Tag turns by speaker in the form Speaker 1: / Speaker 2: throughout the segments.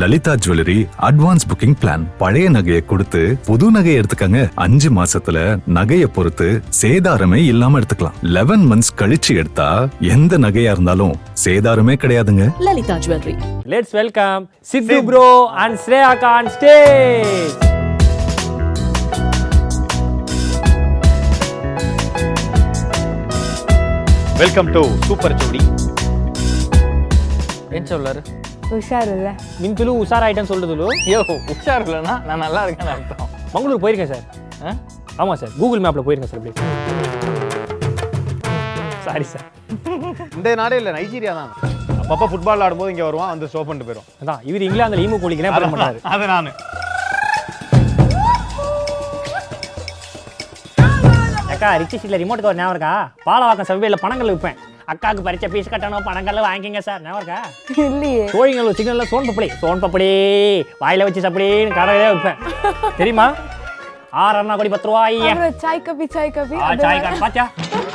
Speaker 1: Lalitha jewellery advance booking plan பழைய நகையை கொடுத்து புது நகையை எடுத்துக்கங்க அஞ்சு மாசத்துல நகையை பொறுத்து சேதாரமே இல்லாம எடுத்துக்கலாம் லெவன் மந்த்ஸ் கழிச்சு எடுத்தா எந்த நகையா இருந்தாலும் சேதாரமே கிடையாதுங்க
Speaker 2: Lalitha jewellery
Speaker 3: let's welcome Sidhu bro and Shreya கான் stage
Speaker 4: welcome to super Jodi
Speaker 3: ஏன் சொல்லாரு
Speaker 5: உஷாருல்ல
Speaker 3: மின்துலு உஷார் ஐட்டம் சொல்றதுலு
Speaker 4: யோ உஷார் இல்லைன்னா நான் நல்லா இருக்கேன்னு அர்த்தம்
Speaker 3: மங்களூர் போயிருக்கேன் சார்
Speaker 4: ஆ?
Speaker 3: ஆமா சார் கூகுள் மேப்ல போயிருக்கேன் சார் அப்படி சாரி சார்
Speaker 4: இந்த நாடே இல்லை நைஜீரியா தான் அப்பப்போ ஃபுட்பால் ஆடும்போது இங்கே வருவான் வந்து ஸ்டோப் பண்ணிட்டு போயிடும்
Speaker 3: அதான் இவர் இங்கிலாந்துல ஈமு கோழிக்கு அப்புறம் பண்ணாரு
Speaker 4: அது நான்
Speaker 3: அக்கா ரிச்சி சீட்ல ரிமோட் கவர் ஞாபகம் இருக்கா பாலவாக்கம் சபையில பணங்கள் விற்பேன் அக்காவுக்கு பறிச்ச பீஸ் கட்டணும் பணங்கள் வாங்கிக்கங்க சார் ஞாபகம் இருக்கா
Speaker 5: இல்லையே
Speaker 3: கோழிங்களோட சிக்னல்ல சோன் பப்படி சோன் பப்படி வாயில வச்சு சப்படின்னு கடையிலே வைப்பேன் தெரியுமா ஆறு அண்ணா கோடி பத்து ரூபாய்
Speaker 5: அப்புறம் சாய் கபி சாய் கபி
Speaker 3: ஆ, சாய் கார்டு பாத்தியா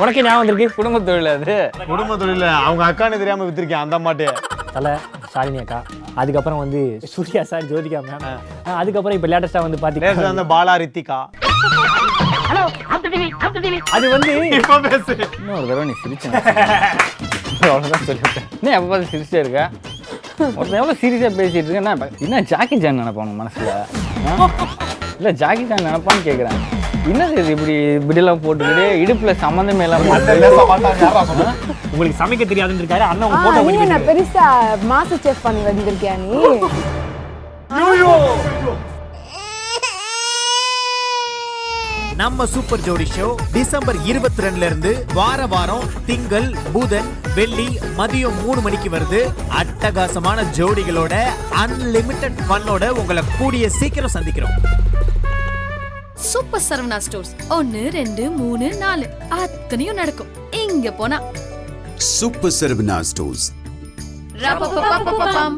Speaker 3: உனக்கே ஞாபகம் இருக்கு குடும்ப தொழில் அது
Speaker 4: குடும்ப தொழில அவங்க அக்கானு தெரியாம வித்திருக்கேன் அந்த மாட்டே
Speaker 3: தலை ஷாலினி அக்கா அதுக்கப்புறம் வந்து சூர்யா சார் ஜோதிகா மேம் அதுக்கப்புறம் இப்போ லேட்டஸ்டா வந்து
Speaker 4: நேற்று
Speaker 3: பாத்தீங்கன்னா
Speaker 4: அந்த பாலா ரித்திகா
Speaker 3: அது வந்து
Speaker 4: இப்போ பேசு
Speaker 6: இன்னொரு தடவை நீ சிரிச்சேன் அவ்வளோதான் சொல்லிவிட்டேன் என்ன எப்போ பார்த்து சிரிச்சே இருக்க ஒருத்தன் எவ்வளோ சீரியஸாக பேசிட்டு இருக்கேன் என்ன இப்ப- என்ன ஜாக்கி ஜான் நினைப்பான் உன் மனசில் இல்லை ஜாக்கி ஜான் நினைப்பான்னு கேட்குறேன் என்னது இது இப்படி இப்படிலாம் போட்டுக்கிட்டு இடுப்பில் சம்மந்தமே இல்லாமல்
Speaker 3: உங்களுக்கு சமைக்க தெரியாதுன்னு இருக்காரு அண்ணன் உங்க
Speaker 5: ஆ,
Speaker 3: போட்டோ
Speaker 5: நீ
Speaker 3: பண்ணி
Speaker 5: என்ன பெருசா மாஸ்டர் செஃப் பண்ணி வந்திருக்கியா நீ
Speaker 7: நம்ம சூப்பர் ஜோடி ஷோ டிசம்பர் இருபத்தி ரெண்டுல இருந்து வார வாரம் திங்கள் புதன் வெள்ளி மதியம் மூணு மணிக்கு வருது அட்டகாசமான ஜோடிகளோட அன்லிமிட்டெட் ஃபன்னோட உங்களை கூடிய சீக்கிரம் சந்திக்கிறோம்
Speaker 8: சூப்பர் சரவணா ஸ்டோர்ஸ் ஒன்னு ரெண்டு மூணு நாலு அத்தனையும் நடக்கும் இங்க போனா
Speaker 9: Super Servana Stores.
Speaker 8: ரப்பப்பப்பப்பப்பம்.